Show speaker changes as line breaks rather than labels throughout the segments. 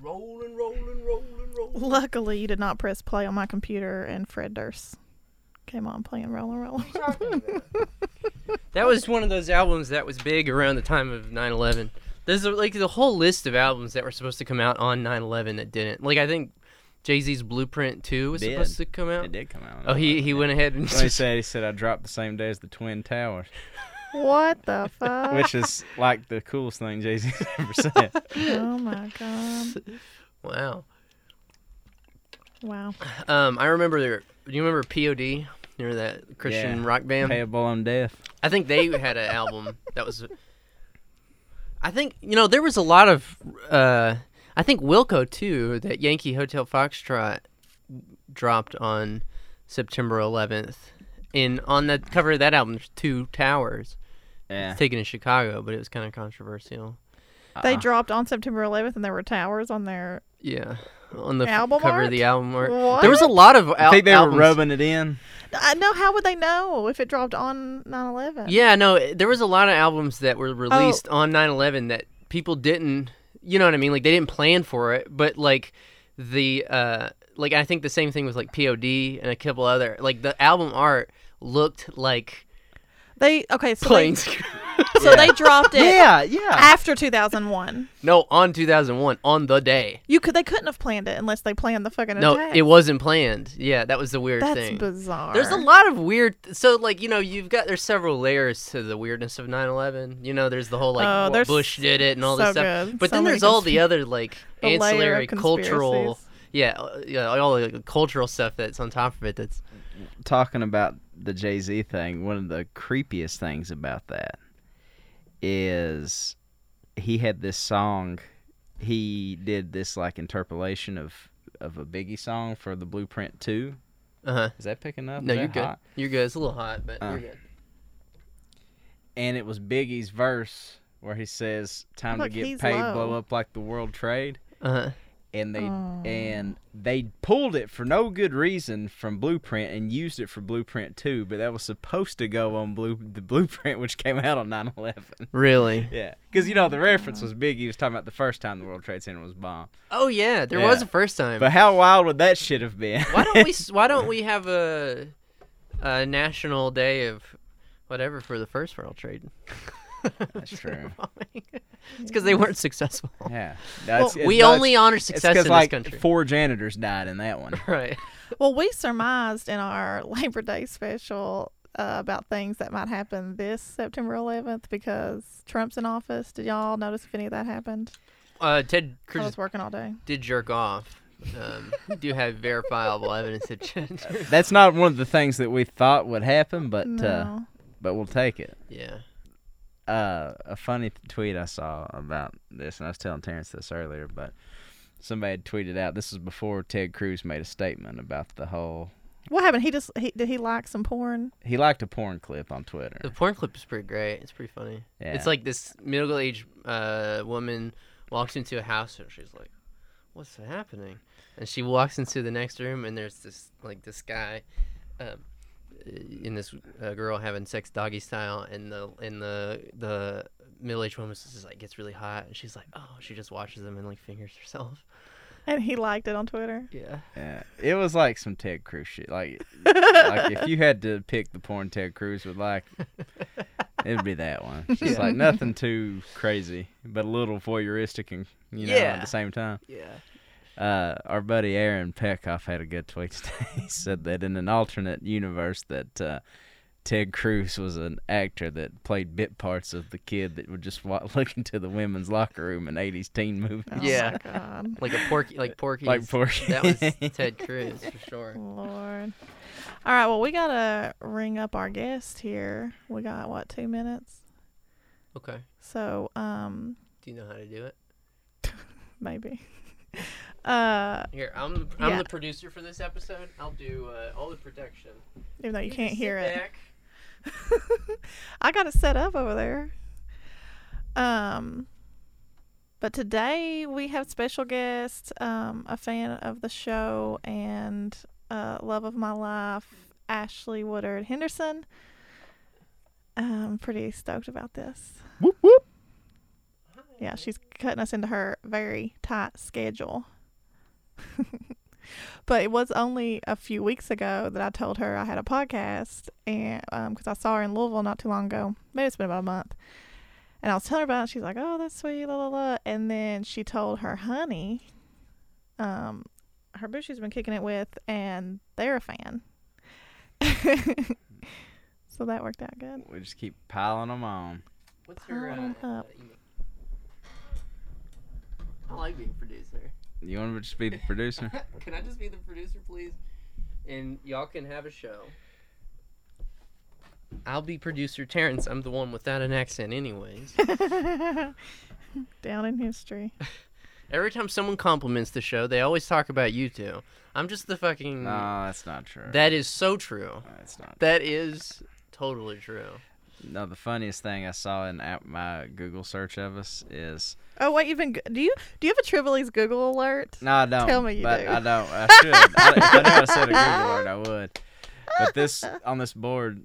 rolling, rolling, rolling, rolling.
Luckily, you did not press play on my computer, and Fred Durst came on playing Rollin' Rollin'.
That was one of those albums that was big around the time of 9/11. There's like the whole list of albums that were supposed to come out on 9/11 that didn't. Like I think Jay-Z's Blueprint 2 was
Did.
supposed to come out.
It did come out.
Oh, he he went ahead and
Well, he said he said I dropped the same day as the Twin Towers,
What the fuck?
which is like the coolest thing Jay Z ever said.
oh my god!
wow.
Wow.
Um, I remember there. Do you remember POD? Remember that Christian
Yeah.
rock band?
Payable on death.
I think they had an album that was. I think you know there was a lot of. Uh, I think Wilco too that Yankee Hotel Foxtrot dropped on September 11th, and on the cover of that album, there's two towers.
Yeah.
It's taken in Chicago, but it was kind of controversial.
They
Uh-uh.
dropped on September 11th, and there were towers on there.
Yeah, on the f-
Album
cover
art?
of the album art. There was a
What?
lot of. Al-
I think they were
albums.
rubbing it in.
I know. How would they know if it dropped on 9/11?
Yeah, no, it- there was a lot of albums that
Oh.
were released on 9/11 that people didn't, you know what I mean? Like they didn't plan for it, but like the uh like I think the same thing with like POD and a couple other like the album art looked like
They okay. So they,
planes.
so they dropped it
Yeah, yeah.
after 2001.
no, on 2001 on the day.
You could. They couldn't have planned it unless they planned the fucking
No,
attack.
it wasn't planned. Yeah, that was the weird
That's
thing.
bizarre.
There's a lot of weird. So, like, you know, you've got there's several layers to the weirdness of 9/11. You know, there's the whole like
Oh,
what
there's
Bush did it and all
so
this stuff.
good.
But
So
then
many
there's all
consp-
the other like
the layer of
ancillary cultural,
conspiracies.
yeah, uh, yeah, all the cultural stuff that's on top of it. That's
Talking about the Jay Z thing, one of the creepiest things about that is he had this song. He did this like interpolation of of a Biggie song for the Blueprint Two.
uh huh.
Is that picking up?
No,
Is
you're
that
good.
hot?
You're good. It's a little hot, but
Uh.
you're good.
and it was Biggie's verse where he says, "Time
Look,
to get
he's
paid,
low.
blow up like the World Trade,"
Uh huh.
and they and they pulled it for no good reason from Blueprint and used it for Blueprint Two, but that was supposed to go on Blue the Blueprint, which came out on 9/11.
Really?
Yeah, because you know
Oh
the reference was Biggie was talking about the first time the World Trade Center was bombed.
Oh yeah, there
Yeah.
was a first time.
But how wild would that shit have been?
why don't we? s- Why don't we have a a national day of whatever for the first world trade?
That's true.
it's because they weren't successful.
Yeah, that's, it's-
we
that's-
only honor
it's
success in
'cause,
this
like
country.
four janitors died in that one.
Right.
Well, we surmised in our Labor Day special uh, about things that might happen this September 11th because Trump's in office. Did y'all notice if any of that happened?
Uh, Ted
I
Cruz
was working all day.
did jerk off. Um, we do have verifiable evidence that Ted-
That's not one of the things that we thought would happen, but uh,
No.
but we'll take it.
yeah.
Uh, a funny tweet I saw about this, and I was telling Terrence this earlier, but somebody had tweeted out. This was before Ted Cruz made a statement about the whole.
What happened? He just he, did he like some porn?
He liked a porn clip on Twitter.
The porn clip is pretty great. It's pretty funny. It's
Yeah.
like this middle-aged uh, woman walks into a house and she's like, "What's happening?" And she walks into the next room and there's this like this guy, um, and this uh, girl having sex doggy style, and the and the the middle-aged woman just like gets really hot and she's like, "Oh," she just watches them and like fingers herself.
And he liked it on Twitter.
Yeah.
Yeah, it was like some Ted Cruz shit. Like, like if you had to pick the porn Ted Cruz would like, it'd be that one. Just like nothing too crazy, but a little voyeuristic and you know
Yeah.
at the same time.
Yeah.
Uh, our buddy Aaron Peckoff had a good tweet today. he said that in an alternate universe that uh, Ted Cruz was an actor that played bit parts of the kid that would just walk, look into the women's locker room in 80s teen movies.
Oh
Yeah.
my God.
Like a porky, like porky.
Like Porky.
That was Ted Cruz for sure.
Lord. All right. Well, we got to ring up our guest here. We got, what, two minutes?
Okay.
So, um,
Do you know how to do it?
maybe. Uh,
Here, I'm the, I'm
Yeah.
the producer for this episode. I'll do uh, all the production.
even though you, can't
can
hear
sit
it.
back.
I got it set up over there. Um, but today we have special guest, um, a fan of the show and uh, love of my life, Ashley Woodard Henderson. I'm pretty stoked about this.
Whoop, whoop.
Hi.
Yeah, she's cutting us into her very tight schedule. but it was only a few weeks ago that I told her I had a podcast, and because I saw her in Louisville not too long ago, maybe it's been about a month. And I was telling her about it. She's like, "Oh, that's sweet, la la la." And then she told her honey, um, her boo she's been kicking it with, and they're a fan. so that worked out good.
We just keep piling them on.
What's
your,
your
uh, Pile 'em up.
I like being producer.
You want to just be the producer?
can I just be the producer, please? And y'all can have a show. I'll be producer Terrence. I'm the one without an accent, anyways.
Down in history.
Every time someone compliments the show, they always talk about you two. I'm just the fucking.
no, that's not true.
That is so true.
that's not.
That is totally true.
No, the funniest thing I saw in app, my Google search of us is
Oh wait, you've been go- do you do you have a Trivially's Google alert?
no, I don't.
Tell me you
but
do.
I don't. I should. I, if I knew how to set a Google alert, I would. But this on this board,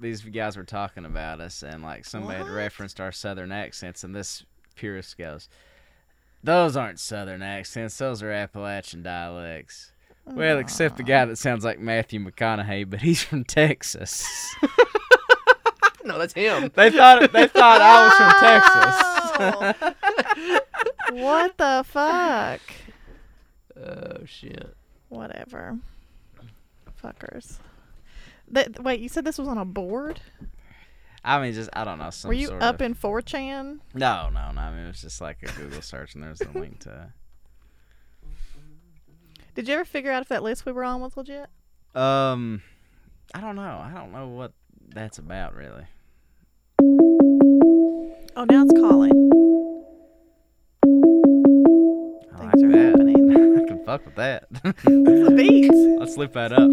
these guys were talking about us, and like somebody had
What?
referenced our southern accents, and this purist goes, "Those aren't southern accents. Those are Appalachian dialects." Well, except the guy that sounds like Matthew McConaughey, but he's from Texas.
No, that's him.
they thought they thought I was from Texas.
what the fuck?
Oh shit.
Whatever. Fuckers. That, wait, you said this was on a board?
I mean, just I don't know. Some
Were you
sort
up
of,
in 4chan?
No, no, no. I mean, it was just like a Google search, and there's the link to.
Did you ever figure out if that list we were on was legit?
Um, I don't know. I don't know what that's about, really.
Oh, now it's calling.
I like
Things are
that.
happening.
I can fuck with that.
It's a beat.
Let's loop that up.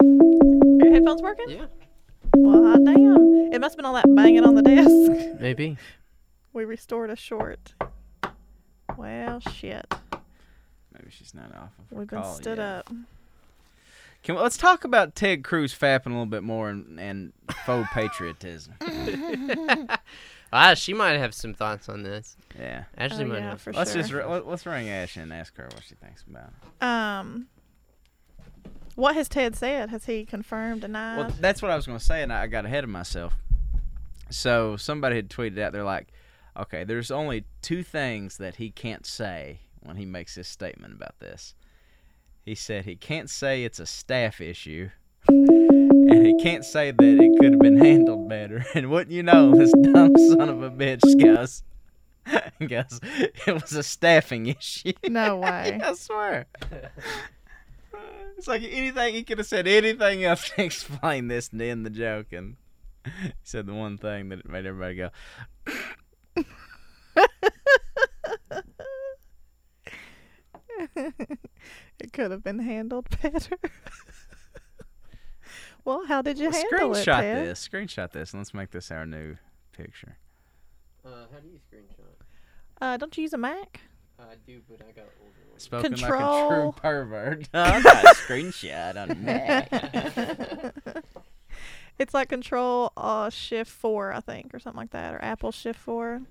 Are your headphones working?
Yeah,
Well, damn. It must have been all that banging on the desk.
maybe.
We restored a short. Well, shit.
Maybe she's not off. Of her
We've been
call
stood
yet.
up.
Can we, let's talk about Ted Cruz fapping a little bit more and, and faux patriotism.
Ah, she might have some thoughts on this.
Yeah.
Ashley
Oh,
might
yeah,
have. Uh,
for
Let's
sure.
just r- let, let's ring Ash and ask her what she thinks about it.
Um, what has Ted said? Has he confirmed, denied?
Well, that's what I was going to say, and I I got ahead of myself. So somebody had tweeted out, they're like, okay, there's only two things that he can't say when he makes his statement about this. He said he can't say it's a staff issue, and he can't say that it could have been handled better. And wouldn't you know, this dumb son of a bitch goes, goes it was a staffing issue.
no way.
I swear. It's like anything he could have said anything else to explain this and end the joke, and he said the one thing that made everybody go.
it could have been handled better. well, how did you
"Well,
handle it,
screenshot
Ted?
this. Screenshot this, and let's make this our new picture.
Uh, how do you screenshot? Uh,
Uh, don't you use a Mac?
I do, but I got older ones.
Spoken like a true
Control.
pervert. I'm not a screenshot on that.
It's like Control uh, Shift Four, I think, or something like that, or Apple Shift Four.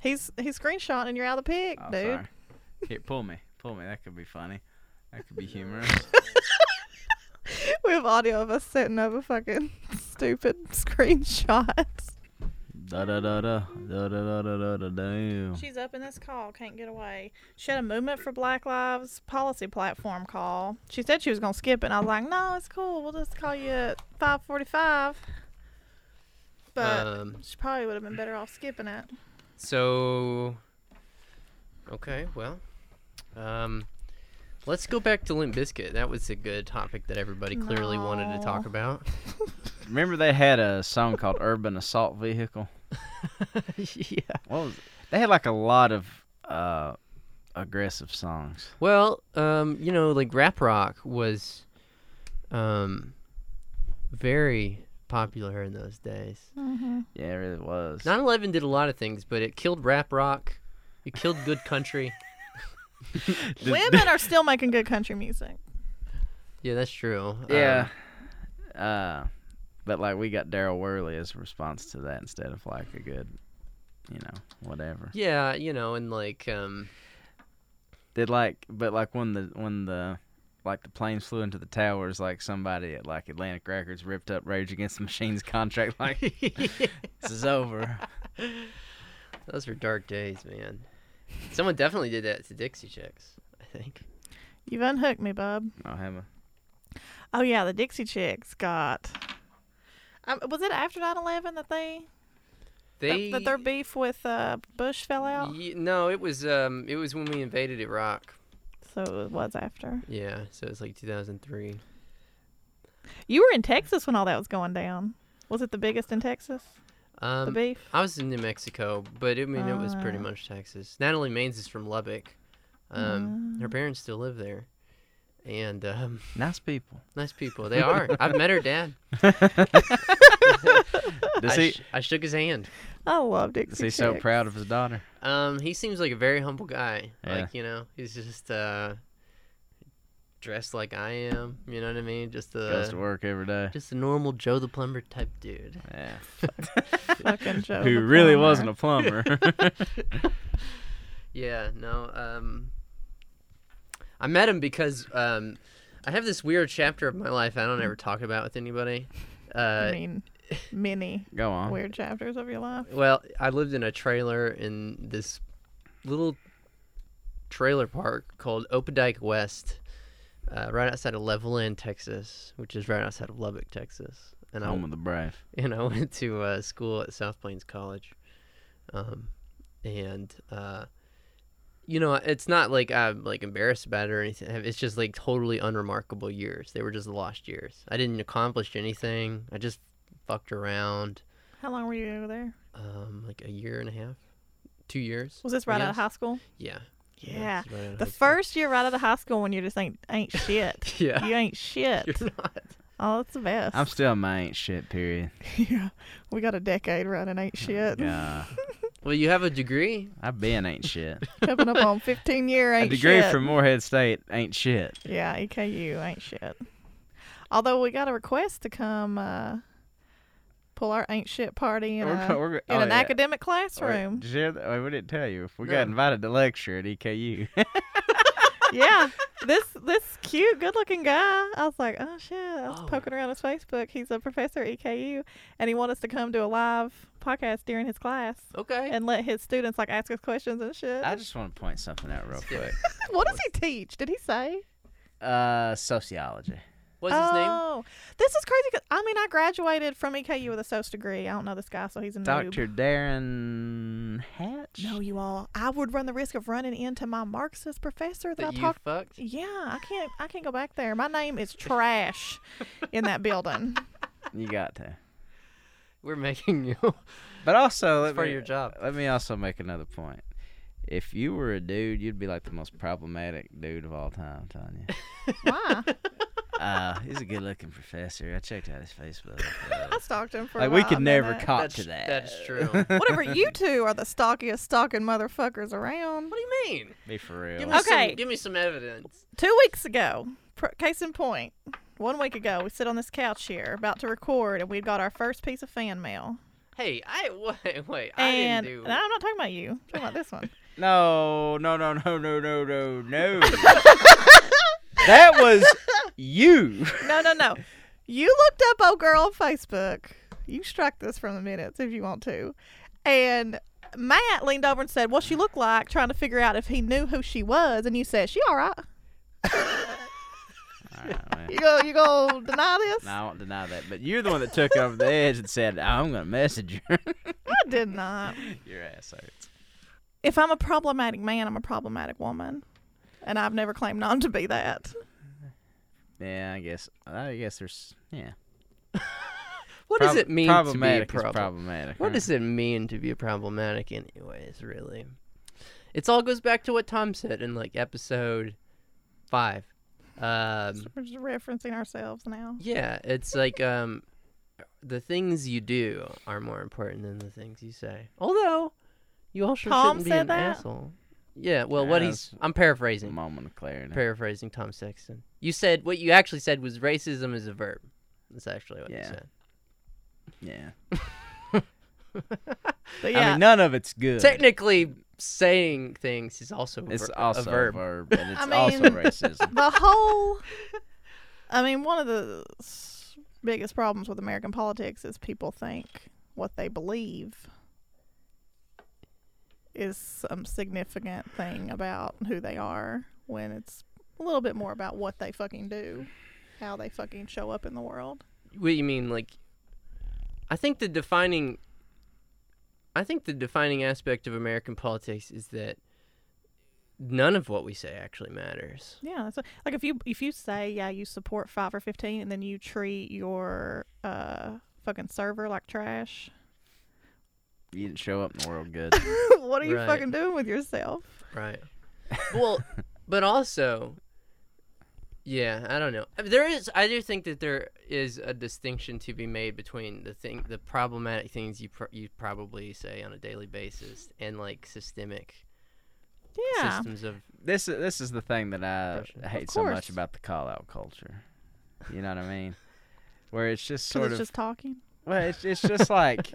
He's he's screenshotting and you're out of the pic,
Oh,
dude.
sorry. Here, pull me, pull me. That could be funny. That could be humorous.
We have audio of us setting up a fucking stupid screenshot.
da da da da da da da da da da.
She's up in this call, can't get away. She had a movement for Black Lives policy platform call. She said she was gonna skip it, and I was like, "No, it's cool. We'll just call you at 5:45." But
Um,
she probably would have been better off skipping it.
so, okay, well, um, let's go back to Limp Bizkit. That was a good topic that everybody clearly wanted to talk
No.
about.
Remember they had a song called "Urban Assault Vehicle."
yeah.
What was they had like a lot of uh aggressive songs.
Well, um, you know, like rap rock was, um, very popular in those days.
Mm-hmm.
Yeah, it really was.
9/11 did a lot of things, but it killed rap rock. You killed good country.
Did-
Women are still making good country music.
Yeah, that's true.
Yeah. uh, but like we got Daryl Worley as a response to that instead of like a good, you know, whatever.
Um, yeah, you know, and like, um,
Did like, but like when the when the like the planes flew into the towers, like somebody at like Atlantic Records ripped up Rage Against the Machine's contract. Like this is over.
those were dark days, man. Someone definitely did that to Dixie Chicks, I think.
You've unhooked me, bub.
I'll have a
Oh yeah, the Dixie Chicks got. Um, was it after 9-11 that they
They,
that, that their beef with uh, Bush fell out?
Ye- no, it was um, it was when we invaded Iraq.
So it was after.
Yeah, so it's like 2003.
You were in Texas when all that was going down. Was it the biggest in Texas?
Um,
the beef.
I was in New Mexico, but I mean, it was pretty
Ah.
much Texas. Natalie Maines is from Lubbock. Um, Her parents still live there. And um,
nice people.
nice people. They are. I've met her dad.
Does
I,
he?
sh- I shook his hand.
I love Dixie
Is he
Chicks.
so proud of his daughter?
Um, he seems like a very humble guy.
Yeah.
Like, you know, he's just uh, dressed like I am. You know what I mean? Just
Goes to
a,
work every day.
just a normal Joe the Plumber type dude.
Yeah.
Fucking Joe
Who
the
really
plumber.
wasn't a plumber.
Yeah, no. Um, I met him because um, I have this weird chapter of my life I don't ever talk about with anybody.
I
Uh,
mean, many
Go on.
weird chapters of your life.
well, I lived in a trailer in this little trailer park called Opdyke West, uh, right outside of Levelland, Texas, which is right outside of Lubbock, Texas. And I
Home of the brave.
and I went to uh, school at South Plains College, um, and uh, you know, it's not like I'm like embarrassed about it or anything. It's just like totally unremarkable years. They were just lost years. I didn't accomplish anything. I just fucked around,
How long were you over there?
um, like a year and a half, two years.
Was this right out
Yes.
of high school?
Yeah.
Yeah.
it's right out of
The
high school.
first year right out of high school when you just ain't ain't shit.
Yeah.
You ain't shit.
You're not.
Oh, that's the best.
I'm still in my ain't shit period.
yeah, we got a decade running ain't shit.
Yeah.
Well, you have a degree.
I've been ain't shit.
Coming up on 15 year
A
ain't
degree
shit.
from Moorhead State ain't shit.
yeah, EKU ain't shit. Although we got a request to come uh, pull our ain't shit party in,
We're
a,
go- we're go-
in
oh,
an
yeah.
academic
Wait,
classroom.
did you hear that? Wait, we didn't tell you. If we
No.
got invited to lecture at E EKU,
yeah, this this cute, good looking guy. I was like, oh shit. I was
Oh.
poking around his Facebook. He's a professor at EKU, and he wanted us to come do a live podcast during his class
Okay.
and let his students like ask us questions and shit.
I just want to point something out real
Yeah.
quick.
what does he teach? Did he say?
Uh, sociology.
What's his name?
Oh, this is crazy. 'cause- I mean, I graduated from EKU with a SOS degree. I don't know this guy, so he's a noob.
Dr. Darren Hatch.
No, you all. I would run the risk of running into my Marxist professor that,
That
I
you
talked.
fucked.
Yeah, I can't. I can't go back there. My name is trash in that building.
you got to.
We're making you.
But also, let
It's part
me-
of your job.
Let me also make another point. If you were a dude, you'd be like the most problematic dude of all time, I'm telling you.
Why?
Uh, he's a good-looking professor. I checked out his Facebook. Uh,
I stalked him for. a
like we
while,
could
and
never
then I-
cop
That's-
to that.
that's true. What do
Whatever. You two are the stalkiest stalking motherfuckers around.
What do you mean?
Be for real.
Give me
Okay.
Some, give me some evidence.
Two weeks ago, pr- case in point, one week ago, we sit on this couch here about to record, and we got our first piece of fan mail.
Hey, I wait, wait. I
And,
didn't do.
and I'm not talking about you. I'm talking about this one.
No, no, no, no, no, no, no, no. that was you.
No, no, no. You looked up old girl on Facebook. You struck this from the minutes if you want to. And Matt leaned over and said, What she looked like, trying to figure out if he knew who she was. And you said, She all right. You go, you go deny this?
No, I won't deny that. But you're the one that took it over the edge and said, "I'm gonna message her."
I did not.
Your ass hurts.
If I'm a problematic man, I'm a problematic woman. And I've never claimed not to be that.
Yeah, I guess. I guess there's. Yeah.
What does
Prob-
it mean to be
problematic
problem?
Is problematic.
What
right?
does it mean to be problematic, anyways? Really, it's all goes back to what Tom said in like episode five.
Mm.
Um,
We're just referencing ourselves now.
yeah, it's like um, the things you do are more important than the things you say. Although, You also
Tom
shouldn't be
said
an
that?
asshole. Yeah, well, what
Yeah,
he's
that's-
I'm paraphrasing.
moment of clarity.
paraphrasing Tom Sexton. You said what you actually said was racism is a verb. That's actually what
Yeah. yeah.
you
But
I
yeah,
mean, none of it's
said.
good.
Technically, saying things is also a,
it's
ver-
also
a verb.
and it's
I
also
mean-
racism.
the whole. I mean, one of the s- biggest problems with American politics is people think what they believe is some significant thing about who they are when it's a little bit more about what they fucking do, how they fucking show up in the world.
What you mean, like? I think the defining. I think the defining aspect of American politics is that none of what we say actually matters.
Yeah, that's what- like if you if you say yeah you support five or fifteen and then you treat your uh fucking server like trash,
You didn't show up in the world good.
what are you
Right.
fucking doing with yourself?
Right. Well, but also, yeah, I don't know. I mean, There is, I do think that there is a distinction to be made between the thing, the problematic things you pr- you probably say on a daily basis, and like systemic
Yeah,
systems of
This is this is the thing that
Depression.
I
Of
hate so
course.
much about the call out culture. You know what I mean? Where it's just
because
sort
it's
of
just talking.
well, it's it's just like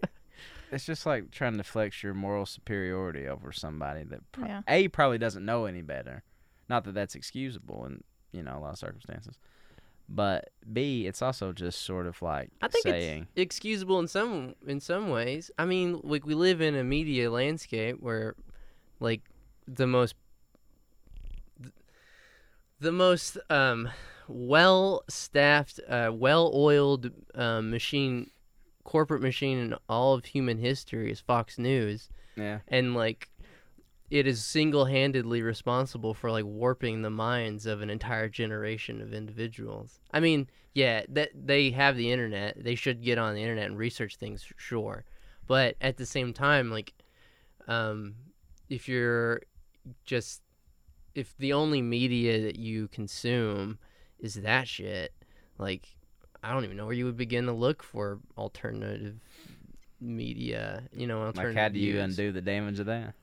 it's just like trying to flex your moral superiority over somebody that pro-
Yeah.
a probably doesn't know any better. Not that that's excusable in you know a lot of circumstances, but b it's also just sort of like
I think
saying
it's excusable in some in some ways. I mean, like we live in a media landscape where, like, the most the most um, well-staffed, uh, well-oiled uh, machine, corporate machine in all of human history is Fox News,
yeah
and like it is single-handedly responsible for like warping the minds of an entire generation of individuals. I mean, yeah, that they have the internet. They should get on the internet and research things, sure. But at the same time, like, um, if you're just if the only media that you consume is that shit, like, I don't even know where you would begin to look for alternative media. You know,
like
alternative.
how do you
views.
undo the damage of that?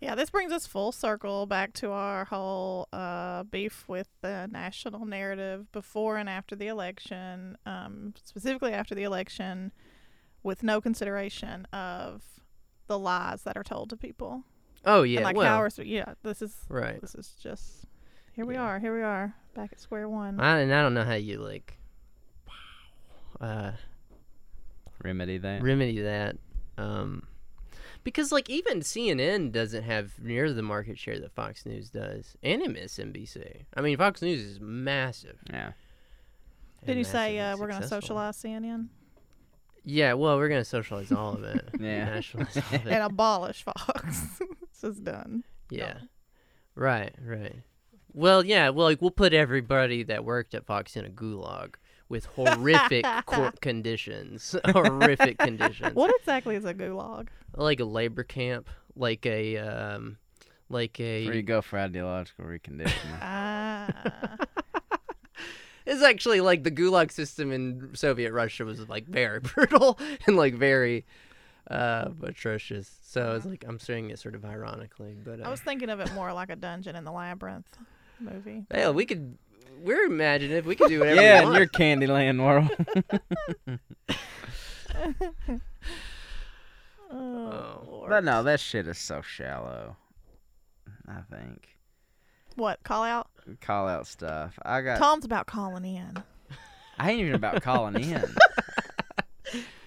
Yeah, this brings us full circle back to our whole uh, beef with the national narrative before and after the election, um, specifically after the election, with no consideration of the lies that are told to people.
Oh yeah,
and like
well,
how are yeah this is
right.
this is just here we
Yeah.
are here we are back at square one
I, and I don't know how you like. Uh,
Remedy that.
remedy that. Um, because like even CNN doesn't have near the market share that Fox News does, and MSNBC. I mean, Fox News is massive.
yeah.
and
did you say
massively
uh, we're going to
successful.
socialize cnn
Yeah, well, we're gonna socialize all of it.
Yeah.
nationalize all of it.
and abolish fox this is done
Yeah, right, right. Well, yeah, well, like we'll put everybody that worked at Fox in a gulag with horrific co- conditions, horrific conditions.
what exactly is a gulag
Like a labor camp, like a, um, like a.
Where you go for ideological reconditioning.
ah
It's actually like the gulag system in Soviet Russia was like very brutal and like very uh, atrocious. So it's like I'm saying it sort of ironically, but
i
uh,
was thinking of it more like a dungeon in the labyrinth movie
yeah, we could. We're imaginative. We could do whatever
yeah,
we
in
want.
your Candyland world.
oh,
Oh.
Lord.
but no, that shit is so shallow. I think
what call out
call out stuff. I got.
tom's about calling in
I ain't even about calling in.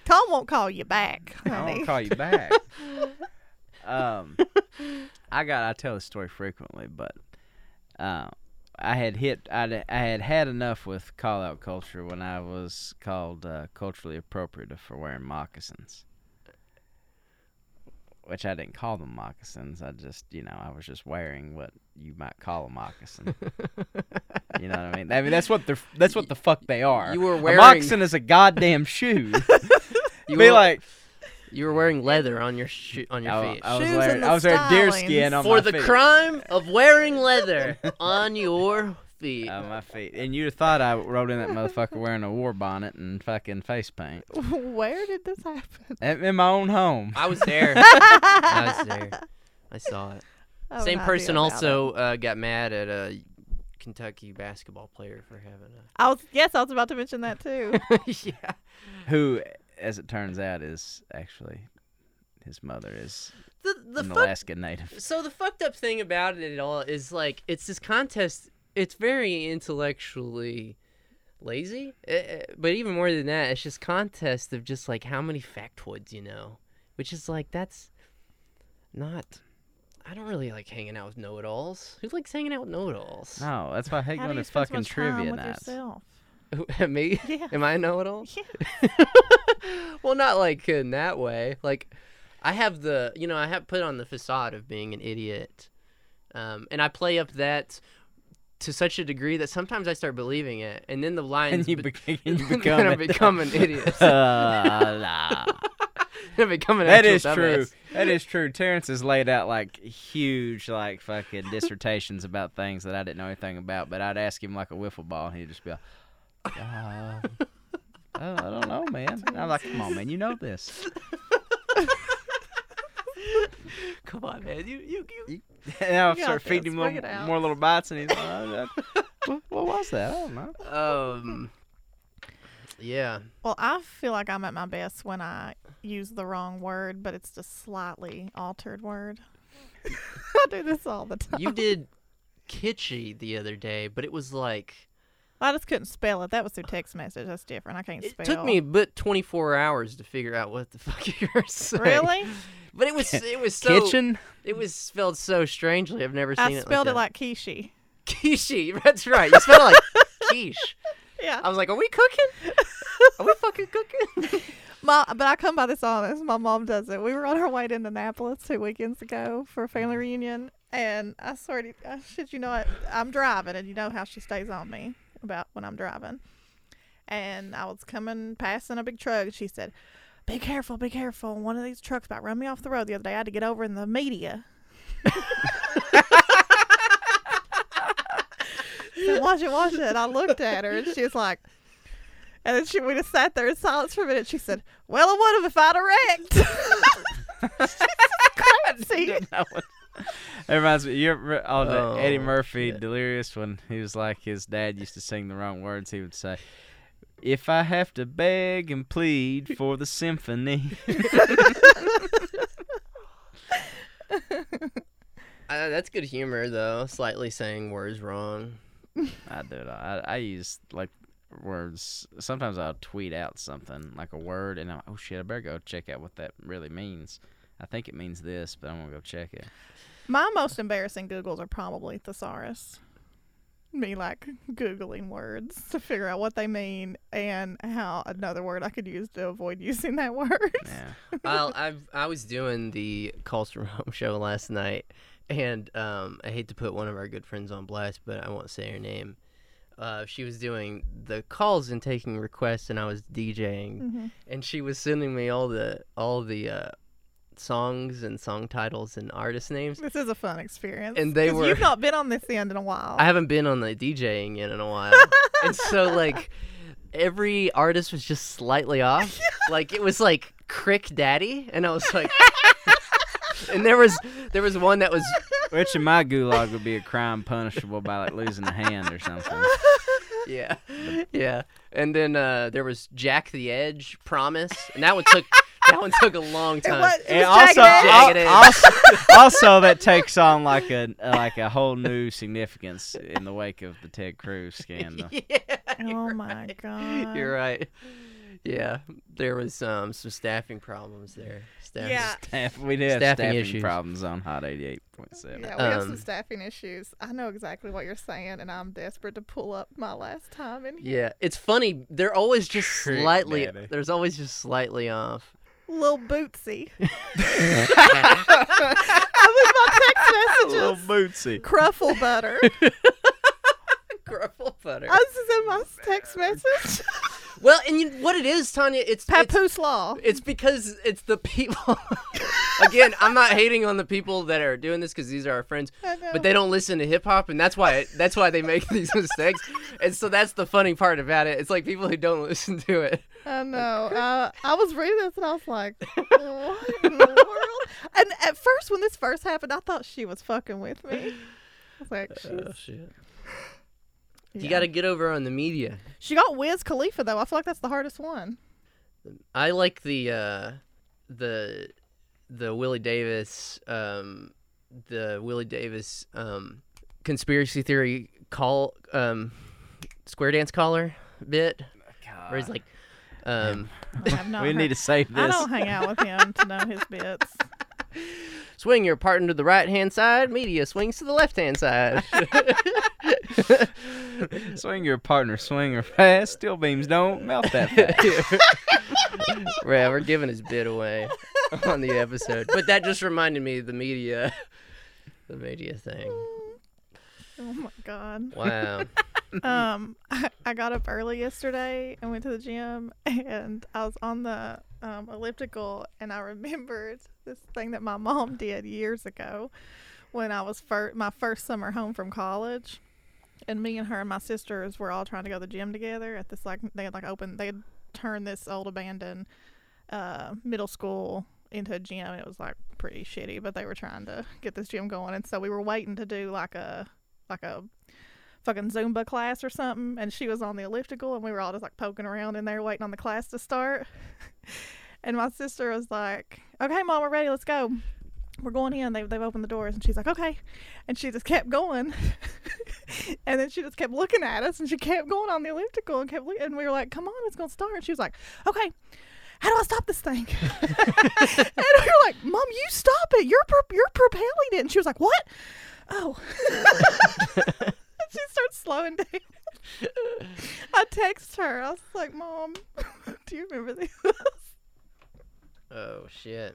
tom won't call you back
I
honey.
won't call you back. um, I got. I tell this story frequently, but uh, I had hit. I'd, I had had enough with call out culture when I was called uh, culturally appropriative for wearing moccasins. Which I didn't call them moccasins. I just, you know, I was just wearing what you might call a moccasin. you know what I mean? I mean that's what the that's what the fuck they are.
You were
A
wearing
moccasin is a goddamn shoe.
you
Be
were,
like,
you were wearing leather on your sho- on your
I,
feet
I was
Shoes
wearing,
and the
I was wearing deer
stylings.
skin on
for
my
the
feet.
crime of wearing leather on your feet.
on my feet, and you'd have thought I rode in that motherfucker wearing a war bonnet and fucking face paint
where did this happen
in, in my own home.
I was there. I was there. I saw it.
I have
Same
an idea
person
about it.
also uh, got mad at a Kentucky basketball player for having
I was yes, I was about to mention that too.
a. yeah.
Who, as it turns out, is actually his mother is
The the
an
fuck
Alaska native.
so the fucked up thing about it all is like it's this contest it's very intellectually lazy eh, eh, but even more than that it's just contest of just like how many factoids you know which is like that's not i don't really like hanging out with know-it-alls who likes hanging out with know-it-alls
No, that's why I hate
How do
going
you
to
spend so
fucking
much time
trivia
with
nights.
yourself?
me
Yeah.
am i a know-it-all
Yeah.
well, not like in that way. Like, I have the, you know, I have put on the facade of being an idiot, um, and I play up that to such a degree that sometimes I start believing it, and then the lines
And you,
be-
bec- and you
then
become,
I
a-
become an idiot.
Uh, nah.
I become an
That
actual
is true.
dumbass.
That is true. Terrence has laid out like huge, like fucking dissertations about things that I didn't know anything about. But I'd ask him like a wiffle ball, and he'd just be like, uh, I don't- "I don't know, man." And I'm like, "Come on, man, you know this."
Come on, man, you you, you.
And I'll
got
start feeding
this.
him
Bring
little-
it out.
more little bites, and he's like, uh, uh, "What what was that? I don't know."
um, yeah.
Well, I feel like I'm at my best when I use the wrong word, but it's just slightly altered word. I do this all the time.
You did kitschy the other day, but it was like
I just couldn't spell it. That was through text message. That's different. I can't
it
spell.
took me a bit 24 hours to figure out what the fuck you were saying.
Really?
But it was it was so
Kitchen.
It was spelled so strangely. I've never seen
I
it.
spelled
like
it like Kishi.
that. quiche. That's right. You spelled it like quiche.
Yeah.
I was like, are we cooking? Are we fucking cooking?
My, but I come by this all as my mom does it. We were on our way to Indianapolis two weekends ago for a family
Mm-hmm.
reunion, and I swear to I shit you know it, I'm driving, and you know how she stays on me about when I'm driving. And I was coming passing a big truck, and she said, "Be careful, be careful! One of these trucks about run me off the road the other day. I had to get over in the media." So watch it, watch it. And I looked at her, and she was like. And then she, we just sat there in silence for a minute. She said, "Well, I would have if I'd have wrecked." Crazy.
That one- That reminds me, you ever, on the
Oh,
Eddie Murphy
shit.
Delirious when he was like his dad used to sing the wrong words. He would say, "If I have to beg and plead for the symphony."
Uh, that's good humor though. Slightly saying words wrong.
I do it. all. I, I use like words. Sometimes I'll tweet out something like a word, and I'm like, "Oh shit, I better go check out what that really means." I think it means this, but I'm gonna go check it.
My most embarrassing Googles are probably thesaurus. Me like Googling words to figure out what they mean and how another word I could use to avoid using that word.
Yeah.
Well, I've I was doing the calls from home show last night, and um, I hate to put one of our good friends on blast, but I won't say her name. Uh, she was doing the calls and taking requests, and I was DJing, and she was sending me all the all the uh, songs and song titles and artist names.
This is a fun experience.
And they
'cause
were-
You've not been on this end in a while.
I haven't been on the DJing in in a while, and so like every artist was just slightly off. Like it was like Crick Daddy, and I was like, and there was there was one that was
Which in my gulag would be a crime punishable by like losing a hand or something.
yeah yeah, and then uh, there was Jack the Edge Promise, and that one took that one took a long
it
time.
was, it
and
was
also,
Jagged Edge.
Jagged
al-
Edge.
also, also that takes on like a like a whole new significance in the wake of the Ted Cruz scandal.
yeah,
Oh
you're
my
right.
god.
You're right. Yeah, there was um, some staffing problems there. Staffing.
Yeah.
Staff- we did have
Staffing
staffing,
issues.
problems on Hot 88.7.
Yeah, we have
Um,
some staffing issues. I know exactly what you're saying, and I'm desperate to pull up my last time in here.
Yeah, it's funny. They're always just
Trick
slightly.
daddy.
There's always just slightly off.
Lil Bootsy. I was my text
Little
messages.
bootsy.
Cruffle butter.
Gruffle butter.
I was in my text message.
well, and you, what it is, Tanya, it's it's,
Papoose Law.
it's because it's the people. Again, I'm not hating on the people that are doing this because these are our friends,
I know.
but they don't listen to hip hop, and that's why that's why they make these mistakes. And so that's the funny part about it. It's like people who don't listen to it.
I know. Uh, I was reading this and I was like, what in the world? And at first, when this first happened, I thought she was fucking with me. I was like,
Oh,
she's-
shit.
yeah.
You got to get over on the media.
She got Wiz Khalifa though. I feel like that's the hardest one.
I like the uh, the the Willie Davis um, the Willie Davis um, conspiracy theory call um, square dance caller bit where
Ah.
he's like um,
I have not
we
heard-
need to save
I
this.
don't hang out with him to know his bits.
swing your partner to the right hand side media swings to the left hand side
Swing your partner, swing her fast. Steel beams don't melt that fast.
yeah we're giving his bit away on the episode but that just reminded me of the media the media thing
Oh my god.
wow
um, I, I got up early yesterday and went to the gym, and I was on the um, elliptical, and I remembered this thing that my mom did years ago when I was fir- my first summer home from college. And me and her and my sisters were all trying to go to the gym together at this like they had like open they had turned this old abandoned uh, middle school into a gym. It was like pretty shitty, but they were trying to get this gym going, and so we were waiting to do like a like a fucking Zumba class or something, and she was on the elliptical, and we were all just like poking around in there waiting on the class to start. and my sister was like, "Okay, mom, we're ready. Let's go. We're going in." They they've opened the doors, and she's like, "Okay," and she just kept going. and then she just kept looking at us, and she kept going on the elliptical, and kept, loo- and we were like, "Come on, it's gonna start." And she was like, "Okay." How do I stop this thing? and we were like, "Mom, you stop it! You're pro- you're propelling it." And she was like, "What? Oh." she starts slowing down. I text her. I was like, "Mom, do you remember this?"
oh shit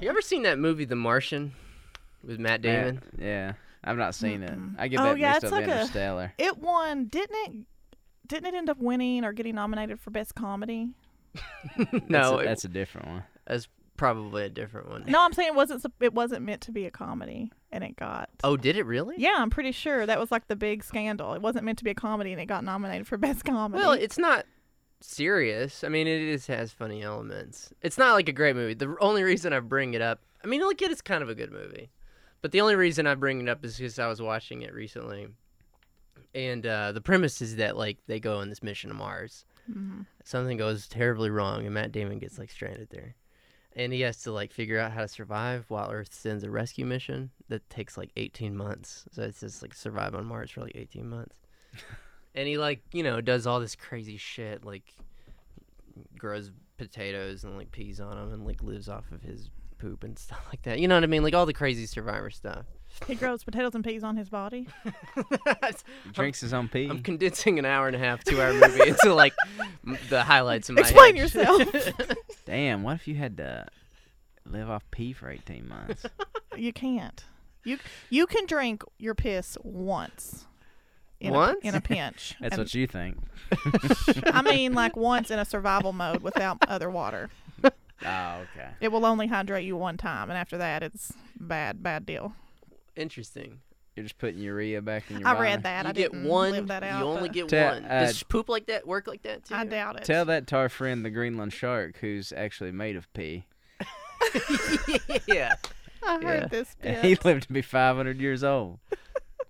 you ever seen that movie the martian with matt damon
Yeah, yeah. I've not seen it. I get
Oh,
that
yeah,
mixed
it's
up with
like a-
Interstellar.
It won, didn't it? Didn't it end up winning or getting nominated for best comedy?
That's
no
a-
it-
that's a different one.
that's probably a different one.
No, I'm saying it wasn't. sup- It wasn't meant to be a comedy, and it got.
Oh, did it really?
Yeah, I'm pretty sure that was like the big scandal. It wasn't meant to be a comedy, and it got nominated for best comedy.
Well, it's not serious. I mean, it is has funny elements. It's not like a great movie. The only reason I bring it up, I mean, like it is kind of a good movie, but the only reason I bring it up is because I was watching it recently, and uh, the premise is that like they go on this mission to Mars,
Mhm.
something goes terribly wrong, and Matt Damon gets like stranded there. And he has to like figure out how to survive while Earth sends a rescue mission that takes like 18 months. So it's just like survive on Mars for like 18 months and he like you know does all this crazy shit like grows potatoes and like peas on them and like lives off of his poop and stuff like that you know what i mean like all the crazy survivor stuff
he grows potatoes and peas on his body.
He drinks his own pee.
i'm condensing an hour and a half two hour movie into like m- the highlights of my
Explain
head.
yourself.
Damn, what if you had to live off pee for 18 months?
You can't. You you can drink your piss once. In
Once?
A, in a pinch.
That's
And-
what you think.
I mean, like once in a survival mode without other water.
Oh, okay.
It will only hydrate you one time, and after that, it's bad, bad deal.
interesting
You're just putting urea back in your
I
body.
read that.
you
I
get
didn't
one
live that out.
you only
but
get
Ta-
one
uh,
does poop like that work like that too
I doubt it.
Tell that to our friend, the Greenland shark, who's actually made of pee.
yeah
I heard
yeah.
this
And
bit.
he lived to be 500 years old.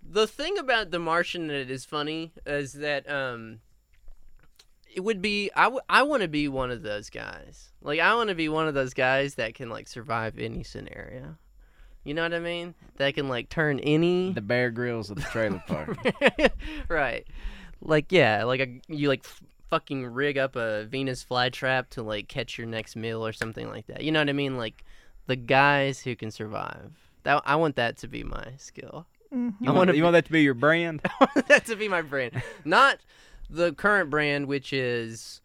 the thing about the Martian that is funny is that um, it would be I, w- I want to be one of those guys. Like I want to be one of those guys that can like survive any scenario. You know what I mean? That can like turn any
The Bear grills of the trailer park.
right. Like yeah, like a, you like f- fucking rig up a Venus flytrap to like catch your next meal or something like that. You know what I mean? Like the guys who can survive. That I want that to be my skill.
Mm-hmm.
You,
wanna
want, you want that to be your brand?
that to be my brand, not the current brand, which is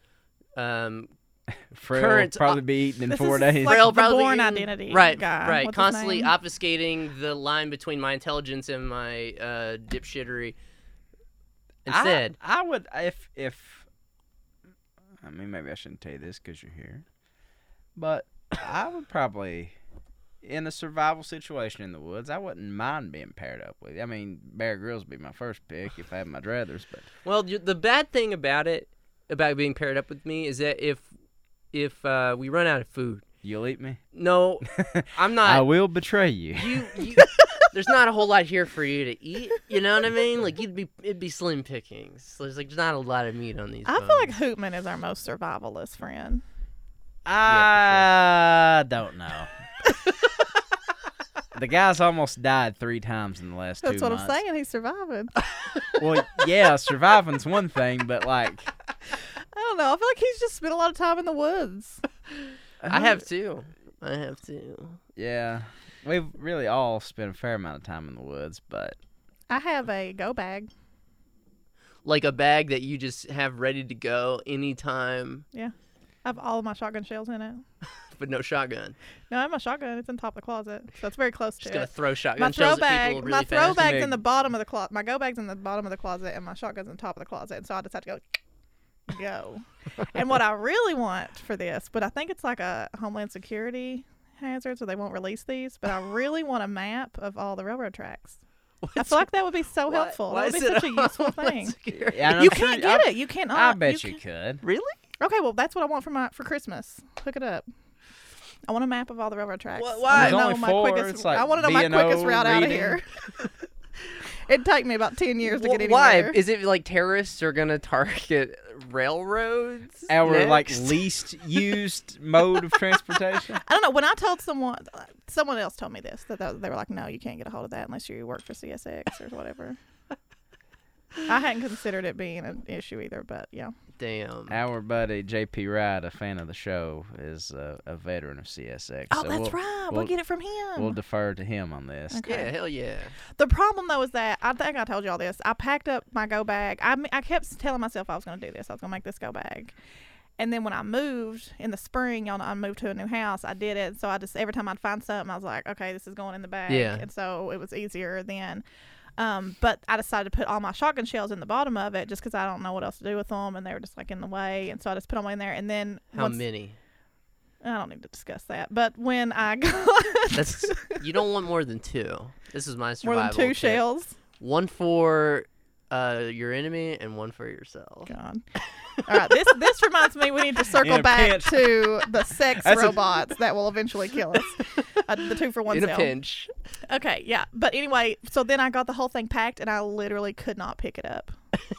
um,
Frill
Current-
probably be eaten in
uh, This
four
is
days.
like-
Braille
the
probably
Bourne
in-
Identity
right?
guy.
Right,
What's his
constantly
name?
obfuscating the line between my intelligence and my uh, dipshittery. Instead,
I, I would if if I mean maybe I shouldn't tell you this because you're here, but I would probably in a survival situation in the woods I wouldn't mind being paired up with. I mean Bear Grylls would be my first pick if I had my druthers, but
well, y- the bad thing about it, about being paired up with me, is that if if uh, we run out of food,
You'll eat me.
No, I'm
I
not.
will betray you.
you, you there's not a whole lot here for you to eat. You know what I mean? Like you'd be it'd be slim pickings. So there's like there's not a lot of meat on these.
I feel like
bones.
Hootman is our most survivalist friend.
I don't know. the guy's almost died three times in the last
That's
two
what
months.
I'm saying. He's surviving. I
Well, yeah, surviving's one thing, but like,
don't know. I feel like he's just spent a lot of time in the woods.
I have two. I have two.
Yeah, we've really all spent a fair amount of time in the woods, but
I have a go bag.
Like a bag that you just have ready to go anytime,
I have all of my shotgun shells in it.
but no shotgun.
No, I have my shotgun. It's in top of the closet, so it's very close
Just
to
gonna
it.
throw shotgun
My
shells
throw
at
bag,
people really
my throw
fast.
bag's in
Nick.
the bottom of the closet. My go bag's in the bottom of the closet, and my shotgun's in the top of the closet. And so I just have to go, go. and what I really want for this, but I think it's like a Homeland Security hazard, so they won't release these. But I really want a map of all the railroad tracks. I feel like that would be so
Why-
helpful.
why
that would
is
be
it
such a
all
useful
about
thing.
security?
Yeah, and
You
I'm sure-
can't get
I,
it. Uh, You cannot.
I bet you
can-
could.
Really?
Okay, well that's what I want for my for Christmas. Hook it up. I want a map of all the railroad tracks.
Wha-
I
why?
wanna
There's
know
only
my
four.
quickest.
It's like
I want to know my
B&O
quickest route out of
reading.
here. It'd take me about ten years to get
Wh- Why
anywhere.
is it like terrorists are gonna target railroads?
Our like
next?
least used mode of transportation.
I don't know. When I told someone, someone else told me this that they they were like, "No, you can't get a hold of that unless you work for CSX or whatever." I hadn't considered it being an issue either, but yeah.
damn.
Our buddy J.P. Wright, a fan of the show, is uh, a veteran of CSX.
Oh,
so
that's
we'll,
right. We'll,
we'll-
get it from him.
We'll defer to him on this.
Yeah, hell yeah.
The problem though is that I think I told you all this. I packed up my go bag. I m- I kept telling myself I was going to do this. I was going to make this go bag. And then when I moved in the spring, y'all know I moved to a new house. I did it. So I just every time I'd find something, I was like, okay, this is going in the bag.
Yeah.
And so it was easier then. Um, but I decided to put all my shotgun shells in the bottom of it just because I don't know what else to do with them, and they were just like in the way. And so I just put them in there. And then
How
once-
many?
I don't need to discuss that. But when I got
That's you don't want more than two. This is my
more
survival.
than two
tip.
shells,
One for uh, your enemy and one for yourself.
God. All right, this this reminds me we need to circle
a
back
pinch.
to the sex
That's a-
robots that will eventually kill us. Uh, the two for one
In a
sale.
pinch.
Okay, yeah. But anyway, so then I got the whole thing packed and I literally could not pick it up.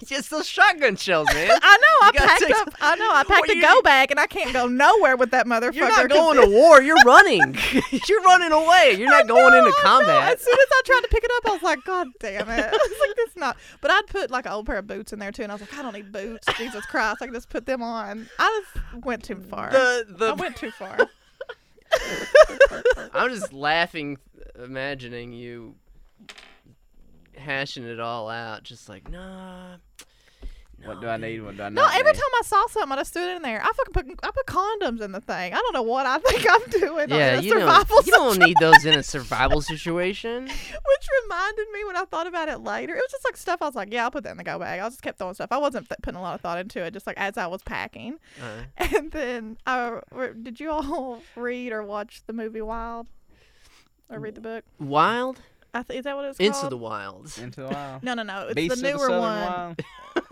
It's those shotgun shells, man.
I know I
gotta
packed
take-
up. I know I packed
Well,
a
you-
go bag and I can't go nowhere with that motherfucker.
You're not
'cause
going
it-
to war. You're running. you're running away. You're not going into
I know.
combat.
As soon as I tried to pick it up, I was like, God damn it. I was like, that's not. But I'd put like an old pair of boots in there too, and I was like, I don't need boots. Jesus Christ. I can just put them on. I just went too far.
The
I
the
went too far.
I'm just laughing, imagining you hashing it all out. Just like nah.
What
no,
do I
dude.
need? What do I not
No, every
need?
time I saw something, I just threw it in there. I fucking put I put condoms in the thing. I don't know what I think I'm doing.
Yeah,
in a
you
survival
don't, you don't
situation,
need those in a survival situation.
Which reminded me when I thought about it later, it was just like stuff I was like, yeah, I'll put that in the go bag. I just kept throwing stuff. I wasn't th- putting a lot of thought into it, just like as I was packing.
Uh,
And then, uh, re- did you all read or watch the movie Wild? Or read the book?
wild
I th- is that what it's
into
called?
the wild.
Into the wild.
No, no, no. It's
Beasts
the
of the
newer
Southern
one.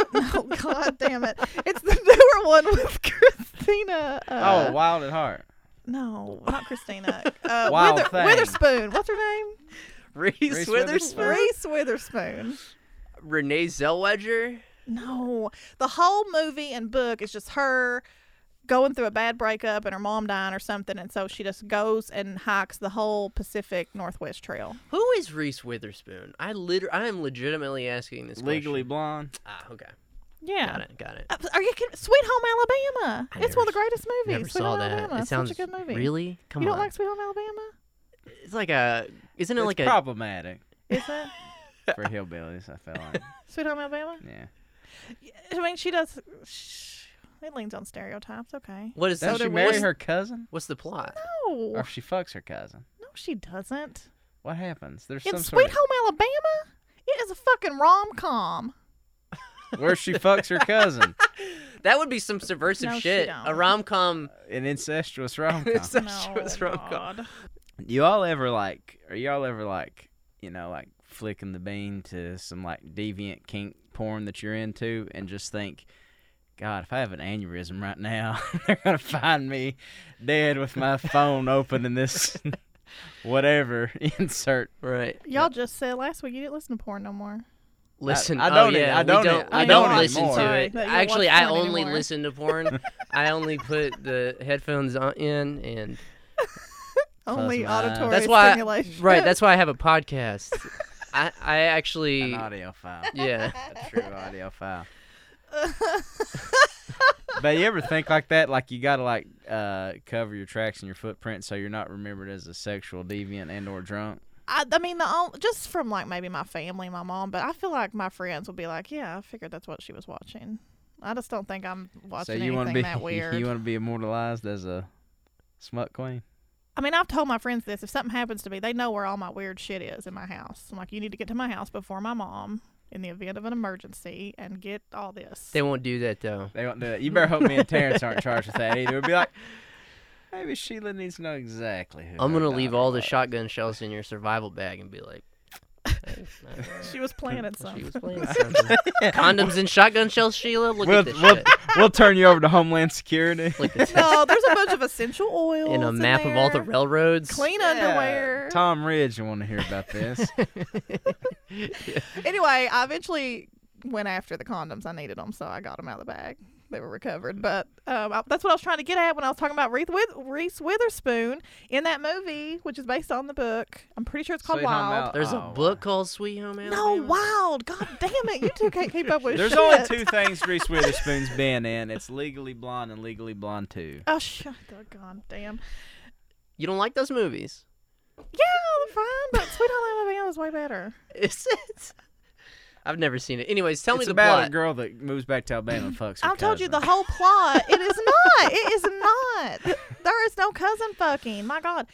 Wild.
Oh God damn it! It's the newer one with Christina. Uh,
oh, wild at heart.
No, not Christina. Uh,
Wild
Wither-
thing.
Witherspoon. What's her name?
Reese,
Reese
Witherspoon,
Witherspoon?
Reese Witherspoon.
Renee Zellweger.
No, the whole movie and book is just her going through a bad breakup and her mom dying or something, and so she just goes and hikes the whole Pacific Northwest Trail.
Who is Reese Witherspoon? I liter- I am legitimately asking this
Legally
question.
blonde.
Ah, okay. Got
Yeah.
it. Got it.
Uh, Are you kidding? Sweet Home Alabama?
I
It's one of the
never-
greatest movies.
Never
Sweet
saw
Home
that.
Alabama.
It
It's
sounds
such a good movie.
Really? Come
you don't
on.
like Sweet Home Alabama?
It's like a. Isn't it
It's
like a?
problematic
Is it
for hillbillies. I feel like.
Sweet Home Alabama?
Yeah.
I mean, she does. Sh- it leans on stereotypes. Okay.
What is?
Does
so
she
there-
marry
what's,
her cousin?
What's the plot?
No,
Or if she fucks her cousin.
no, she doesn't.
What happens? There's
In
some
Sweet
sort
Home Alabama, it is a fucking rom com.
of where she fucks her cousin.
That would be some subversive
No, she
shit. A
don't.
rom com.
An incestuous rom com.
It's That's true, it's rom-com.
you all ever like are y'all ever like you know, like flicking the bean to some like deviant kink porn that you're into and just think God, if I have an aneurysm right now, they're gonna find me dead with my phone open and this whatever insert.
Right.
Y'all just said last week you didn't listen to porn no more.
Listen,
I
oh,
don't-
yeah,
I don't-
we don't,
I
we
don't
don't listen
anymore.
to
Sorry,
it.
that you don't
Actually,
watch
I
porn
only
anymore.
listen to porn. I only put the headphones on, in, and
Close
Only
my eyes.
auditory
that's why.
stimulation.
right. That's why I have a podcast. I I
An
actually
audio file.
yeah.
A true audio file. but you ever think like that? Like you gotta like uh, cover your tracks and your footprint so you're not remembered as a sexual deviant and or drunk.
I, I mean, the only, just from like maybe my family, my mom, but I feel like my friends would be like, "Yeah, I figured that's what she was watching." I just don't think I'm
so
watching
you wanna
anything
be
that weird.
you want to be immortalized as a smut queen.
I mean, I've told my friends this. If something happens to me, they know where all my weird shit is in my house. I'm like, you need to get to my house before my mom in the event of an emergency and get all this.
They won't do that though.
They won't do that. You better hope me and Terrence aren't charged with that either. It'd be like maybe Sheila needs to know exactly who.
I'm
her
gonna leave
daughter
all the
was.
shotgun shells in your survival bag and be like. "Hey,
she was planning
She
something.
was playing something. Condoms and shotgun shells, Sheila. Look
We'll,
at this
we'll,
shit.
we'll turn you over to Homeland Security.
Look at this.
no, there's a bunch of essential oils
And a
in
map of all the
there.
railroads.
clean
Yeah,
underwear.
Tom Ridge, I want to hear about this.
anyway, I eventually went after the condoms. I needed them, so I got them out of the bag. They were recovered, but um, I, that's what I was trying to get at when I was talking about Reese, With- Reese Witherspoon in that movie, which is based on the book. I'm pretty sure it's called
Sweet Home
Wild.
Al-
There's
Oh,
a book called Sweet Home
No,
Alabama.
Wild. God damn it, you two can't keep up with
There's
shit.
only two things Reese Witherspoon's been in. It's Legally Blonde and Legally Blonde 2.
Oh shut the god damn.
You don't like those movies?
Yeah, they're fine, but Sweet Home Alabama is way better.
Is it? I've never seen it. Anyways, tell
it's
me the
about
plot.
a girl that moves back to Alabama and fucks her
I told you the
cousin.
whole plot. It is not. It is not. There is no cousin fucking. My God.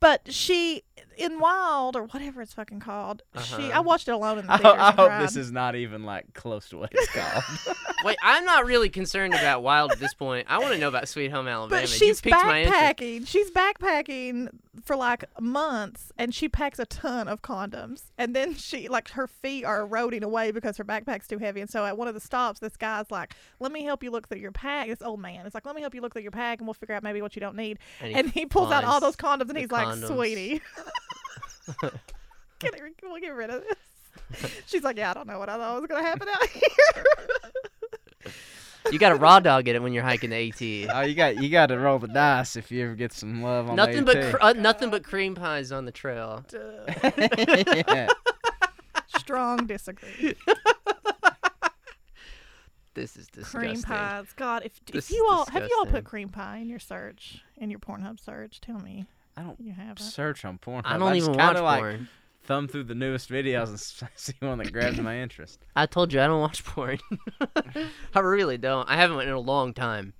But she in Wild or whatever it's fucking called. She I
Uh-huh.
watched it alone in the
I,
theater.
ho- I hope this is not even like close to what it's called.
Wait, I'm not really concerned about Wild at this point. I want to know about Sweet Home Alabama.
But
you
she's
piqued my interest.
backpacking. She's backpacking for like months, and she packs a ton of condoms. And then she like her feet are eroding away because her backpack's too heavy. And so at one of the stops, this guy's like, "Let me help you look through your pack." This old man. It's like, "Let me help you look through your pack, and we'll figure out maybe what you don't need."
And he
And he pulls out all
finds
those condoms, and
the
he's like,
condoms.
"Sweetie, get it, we'll get rid of this." She's like, "Yeah, I don't know what I thought was gonna happen out here."
You got a raw dog at it when you're hiking the AT.
oh, you got you got to roll the dice if you ever get some love on
nothing but
AT.
cr- uh, nothing but cream pies on the trail.
Duh.
Yeah.
Strong disagree.
This is disgusting.
cream pies. God, if, if
This
you
is
all have you all put
disgusting.
cream pie in your search in your Pornhub search, tell me
I don't
you have it.
search on Pornhub.
I don't
just
even watch
kinda, like,
porn.
Thumb through the newest videos and s- see one that grabs my interest.
I told you I don't watch porn. I really don't. I haven't in a long time.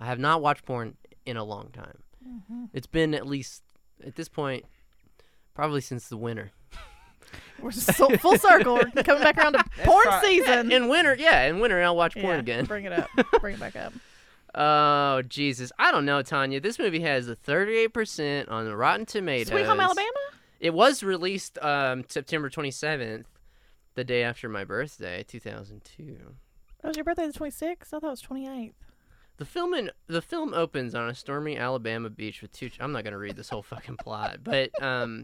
I have not watched porn in a long time.
Mm-hmm.
It's been at least at this point probably since the winter.
We're just so, full circle. We're coming back around to porn
right.
season.
In winter, yeah, in winter I'll watch porn
Um, Yeah,
again.
Bring it up. Bring it back up.
Oh Jesus! I don't know, Tanya. This movie has a 38% on the Rotten Tomatoes.
Sweet Home Alabama.
It was released um, September 27th, the day after my birthday, 2002.
That was your birthday the twenty sixth. I thought it was twenty eighth.
The film in, the film opens on a stormy Alabama beach with two. Ch- I'm not gonna read this whole fucking plot, but um,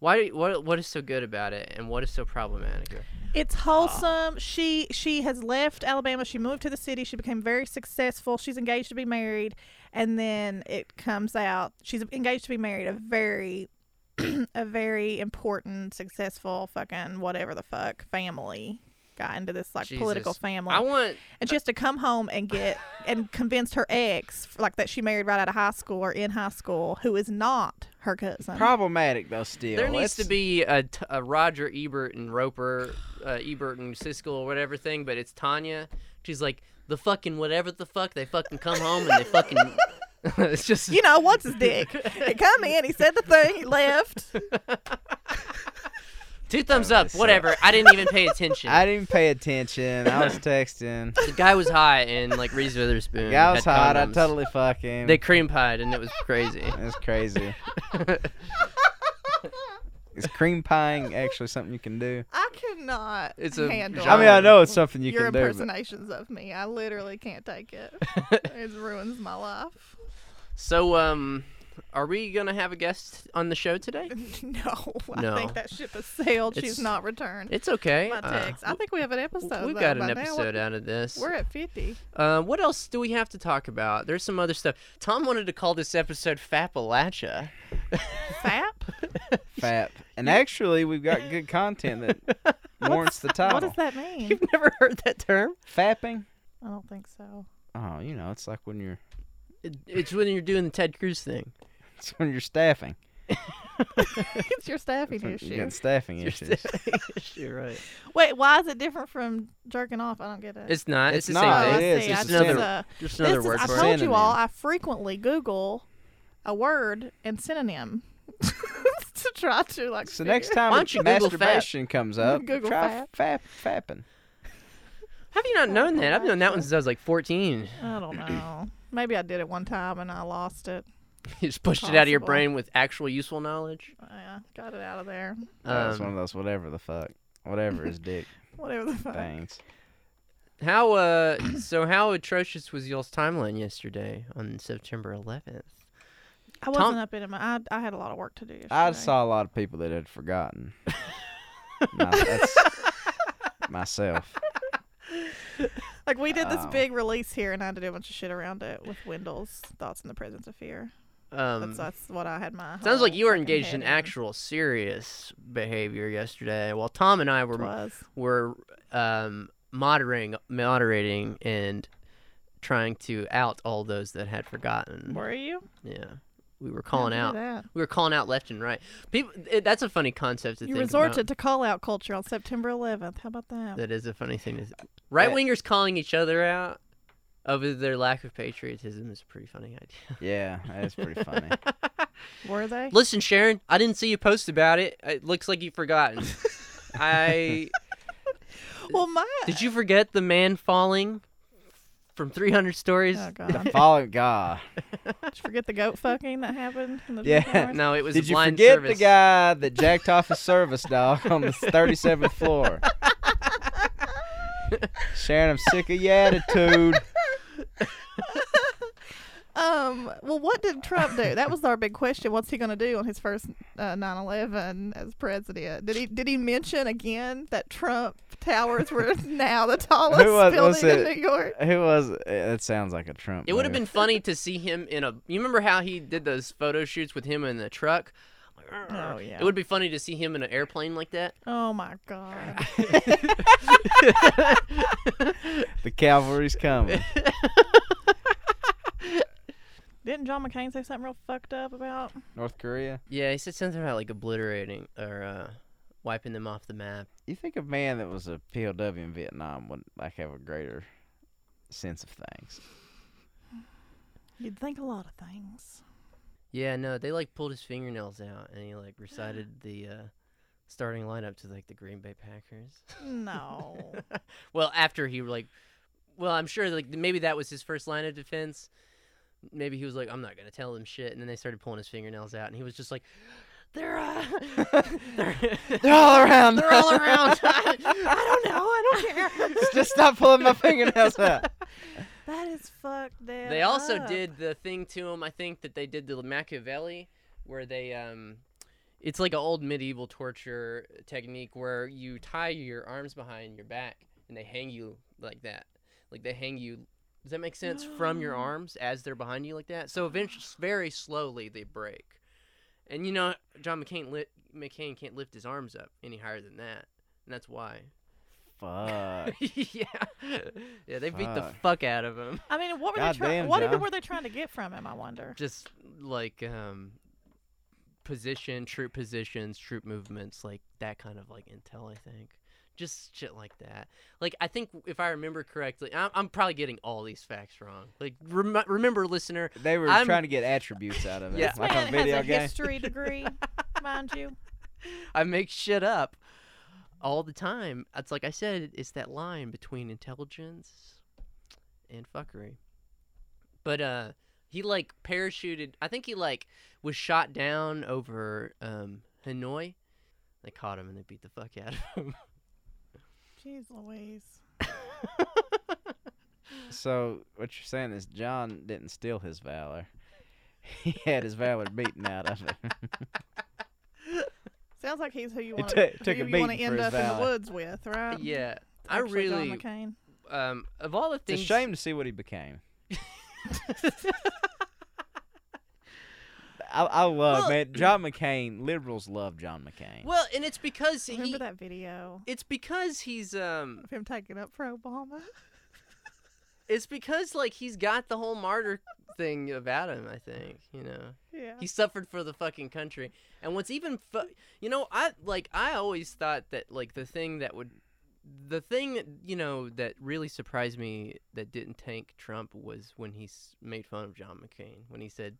why? What? What is so good about it, and what is so problematic? Ah.
It's wholesome. She she has left Alabama. She moved to the city. She became very successful. She's engaged to be married, and then it comes out she's engaged to be married a very a very important, successful fucking whatever the fuck family got into this like political
Jesus.
family,
I want
and she has to come home and get and convince her ex like that she married right out of high school or in high school who is not her cousin.
Problematic though, still.
There needs to
Let's-
be a, t- a Roger Ebert and Roper, uh, Ebert and Siskel or whatever thing, but it's Tanya. She's like the fucking whatever the fuck. They fucking come home and they fucking. it's just
you know what's his dick? he come in, he said the thing, he left.
two thumbs up.
sucks.
Whatever. I didn't even pay attention.
I didn't pay attention. I was texting.
the guy was high and like Reese Witherspoon.
Guy was
had
hot. I
condoms.
totally fuck him.
They cream pied and it was crazy.
That's crazy. Is cream pieing actually something you can do?
I cannot
It's a
handle.
I mean, I know it's something you
your
can do. but-
impersonations of me. I literally can't take it. it ruins my life.
So, um, are we gonna have a guest on the show today?
no, I
No.
think that ship has sailed.
It's-
She's not returned.
It's okay.
my
uh,
text. I think we have an
w-
episode.
we've
though,
got an
by now.
episode out of this.
We're at fifty.
Uh, what else do we have to talk about? There's some other stuff. Tom wanted to call this episode Fapalacha.
Fap.
Fap. And actually, we've got good content that warrants the
what
title.
does that mean?
You've never heard that term?
Fapping?
I don't think so.
Oh, you know, it's like when you're
It, it's when you're doing the Ted Cruz thing.
it's when you're staffing.
it's your staffing
It's when
issue.
You're getting staffing
You're
issues.
You're right.
Wait, why is it different from jerking off? I don't get it.
It's not. It's,
It's
the
oh,
not.
same
I
thing.
It is.
see.
It's
I
a
just,
synonym.
uh,
Just
this
another
is-
word
I
for
told
it.
you all.
Synonym.
I frequently Google a word and synonym to try to like.
So next
figure-
time
Why don't you Google fap?
masturbation comes up,
Google
try fap. fapping.
Have you not known that? I've known that one since I was like 14.
I don't know. Maybe I did it one time and I lost it.
You just pushed it out of your
Possible.
brain with actual useful knowledge.
Yeah, got it out of there.
That was
Um,
one of those whatever the fuck, whatever is dick
Whatever the fuck.
things.
How uh so how atrocious was y'all's timeline yesterday on September 11th?
I
Tom-
wasn't up in my. I, I had a lot of work to do. Yesterday.
I saw a lot of people that had forgotten. My- that's myself.
Like we did this
Oh.
big release here, and I had to do a bunch of shit around it with Wendell's thoughts in the presence of fear.
Um
That's, that's what I had my.
sounds like
whole
you were
fucking
engaged
head
in actual serious behavior yesterday while Tom and I
It
were
was.
were um moderating moderating and trying to out all those that had forgotten.
Were you
Yeah. We were calling
How'd you
out.
do that?
We were calling out left and right. People it, that's a funny concept to
You
think
resorted
about.
to call out culture on September 11th. How about that?
That is a funny thing. to Right wingers calling each other out over their lack of patriotism is a pretty funny idea.
Yeah, that's pretty funny.
Were they?
Listen, Sharon, I didn't see you post about it. It looks like you've forgotten. I
Well, my.
did you forget the man falling from 300 stories?
Oh,
the
God.
fallen guy.
Did you forget the goat fucking that happened? In the
Yeah.
towers?
No, it was
Did you
blind
forget
service.
the guy that jacked off his service dog on the 37th floor? Sharon, I'm sick of your attitude.
Um. Well, what did Trump do? That was our big question. What's he going to do on his first uh, 9/11 as president? Did he Did he mention again that Trump Towers were now the tallest
Who was-
building
was
in
it?
New York?
Who was? eh, That sounds like a Trump.
It would have
move.
been funny to see him in a. You remember how he did those photo shoots with him in the truck?
Oh yeah.
It would be funny to see him in an airplane like that.
oh my god.
the cavalry's coming.
Didn't John McCain say something real fucked up about?
North Korea.
Yeah, he said something about like obliterating or uh, wiping them off the map.
You think a man that was a POW in Vietnam would like have a greater sense of things?
You'd think a lot of things.
Yeah, no, they like pulled his fingernails out and he like recited the uh, starting lineup to like the Green Bay Packers.
No.
well, after he like, well, I'm sure like maybe that was his first line of defense. Maybe he was like, I'm not gonna tell them shit, and then they started pulling his fingernails out, and he was just like, they're uh, they're,
They're all around.
they're all around. I, don't know. I don't care.
Just stop pulling my fingernails out.
that is fucked up.
They also did the thing to him. I think that they did the Machiavelli, where they um, it's like an old medieval torture technique where you tie your arms behind your back and they hang you like that. Like they hang you. Does that make sense? From your
No.
arms as they're behind you like that. So eventually, very slowly, they break. And you know, John McCain lit, McCain can't lift his arms up any higher than that, and that's why.
Fuck.
yeah, yeah, they beat the
Fuck.
fuck out of him.
I mean, what were they trying?
Goddamn,
What even
John.
were they trying to get from him? I wonder.
just like um position troop positions troop movements like that kind of like intel i think just shit like that like i think if i remember correctly i'm, I'm probably getting all these facts wrong like rem- remember listener
They were
I'm-
trying to get attributes out of it,
Yeah.
This
like
man
on video
has a
game.
history degree, mind you.
i make shit up all the time it's like i said it's that line between intelligence and fuckery but uh he like parachuted i think he like was shot down over um hanoi They caught him and they beat the fuck out of him.
Jeez Louise.
So what you're saying is John didn't steal his valor. He had his valor beaten out of him.
Sounds like he's who you
It
want
took- took
you
a
want to
beating for
end
his
up in
valor.
the woods with, right?
yeah, I
Actually, John
really
McCain.
um of all the
It's
things.
a shame to see what he became. I, I love
Well-
man John McCain. Liberals love John McCain.
Well, and it's because
Remember
he.
that video
It's because he's um.
of him taking up for Obama?
It's because like he's got the whole martyr thing about him. I think you know.
yeah.
He suffered for the fucking country. And what's even fu- you know, I like I always thought that like the thing that would the thing that you know that really surprised me that didn't tank Trump was when he s- made fun of John McCain when he said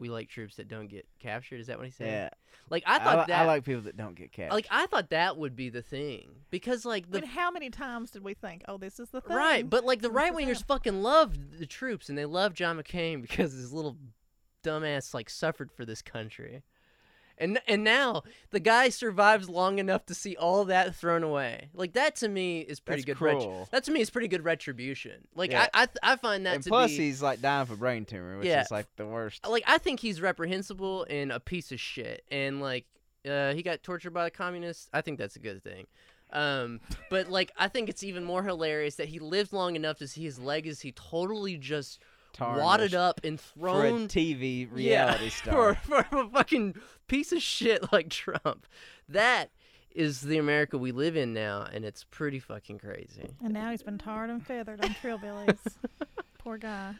we like troops that don't get captured. Is that what he said?
yeah,
Like I
I,
thought
li-
that like,
I like people that don't get captured.
I thought that would be the thing because like
I
the
mean, how many times did we think, oh, this is the thing?
right, but like the
This is
right wingers
him.
fucking loved the troops and they loved John McCain because his little dumbass like suffered for this country. And and now the guy survives long enough to see all that thrown away. Like that to me is pretty
That's
good. ret-
cruel.
that to me is pretty good retribution. Like
Yeah.
I I, th- I find that
and
to
plus,
be
he's like dying for brain tumor, which
Yeah.
is like the worst.
like I think he's reprehensible and a piece of shit. And like uh, he got tortured by the communists. I think that's a good thing. Um, but like I think it's even more hilarious that he lived long enough to see his legacy totally just wadded
Tarnished
up and
for a
thrown
TV
yeah,
reality star.
for for a fucking piece of shit like Trump. That is the America we live in now, and it's pretty fucking crazy.
And now he's been tarred and feathered on Trillbillies. Poor guy.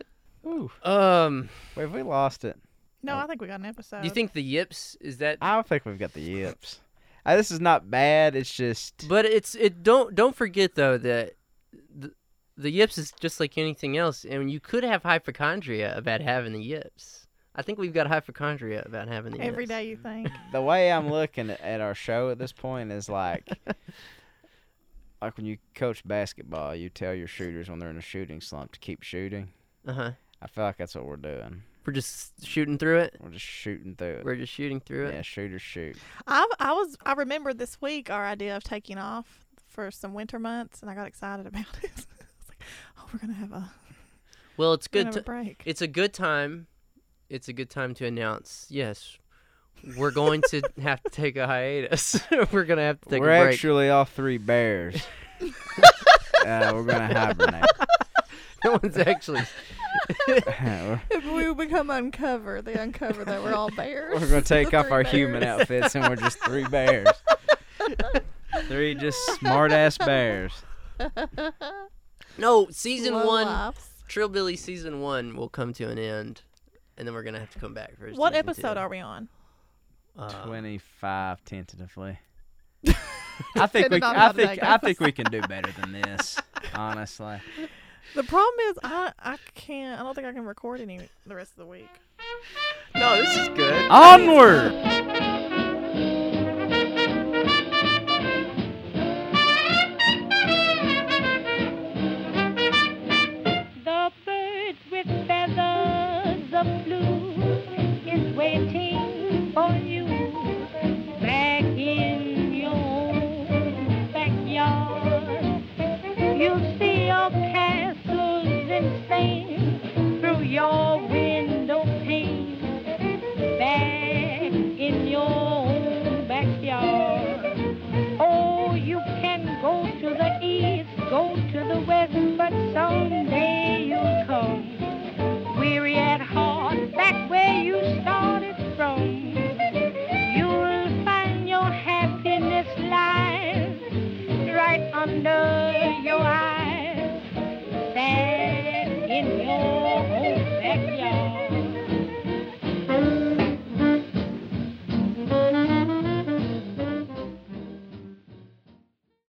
Ooh,
Um,
wait, we lost it.
No,
Oh.
I think we got an episode.
do you think the yips is that?
I don't think we've got the yips. Uh, this is not bad. It's just
But it's it don't don't forget though that the, the yips is just like anything else, and you could have hypochondria about having the yips. I think we've got hypochondria about having the
every
yips.
day you think?
the way I'm looking at- at our show at this point is like, like when you coach basketball, you tell your shooters when they're in a shooting slump to keep shooting.
Uh huh.
I feel like that's what we're doing.
We're just shooting through it.
We're just shooting through it.
We're just shooting through
yeah,
it.
shooters shoot.
I I was I remembered this week our idea of taking off for some winter months, and I got excited about it. I was like, oh, we're gonna have a
Well, it's
good
good. To,
a break.
it's a good time. It's a good time to announce. Yes, we're going to have to take a hiatus. we're gonna have to take
we're
a break.
actually all three bears. uh, we're gonna hibernate.
no one's actually.
we're,
if we become uncover, they uncover that we're all bears.
we're gonna take
The
off
three
our human
bears.
outfits and we're just three bears. three just smart ass bears.
No, season
Low
one.
lives.
Trillbilly season one will come to an end, and then we're gonna have to come back for
What episode are we on?
Uh,
Uh.
Twenty five tentatively. I think we.
Depending on
I
how the day
think. I
goes.
think we can do better than this. Honestly,
The problem is I I can't. I don't think I can record any the rest of the week.
No, this is good.
onward.
The bird with feathers of blue is waiting for you back in your own backyard. You'll see your castles and sand through your window pane back in your own backyard. Oh, you can go to the east, go to the west, but someday you'll come. Weary at heart, back where you started from. You'll find your happiness lies right under your eyes, back in your own backyard.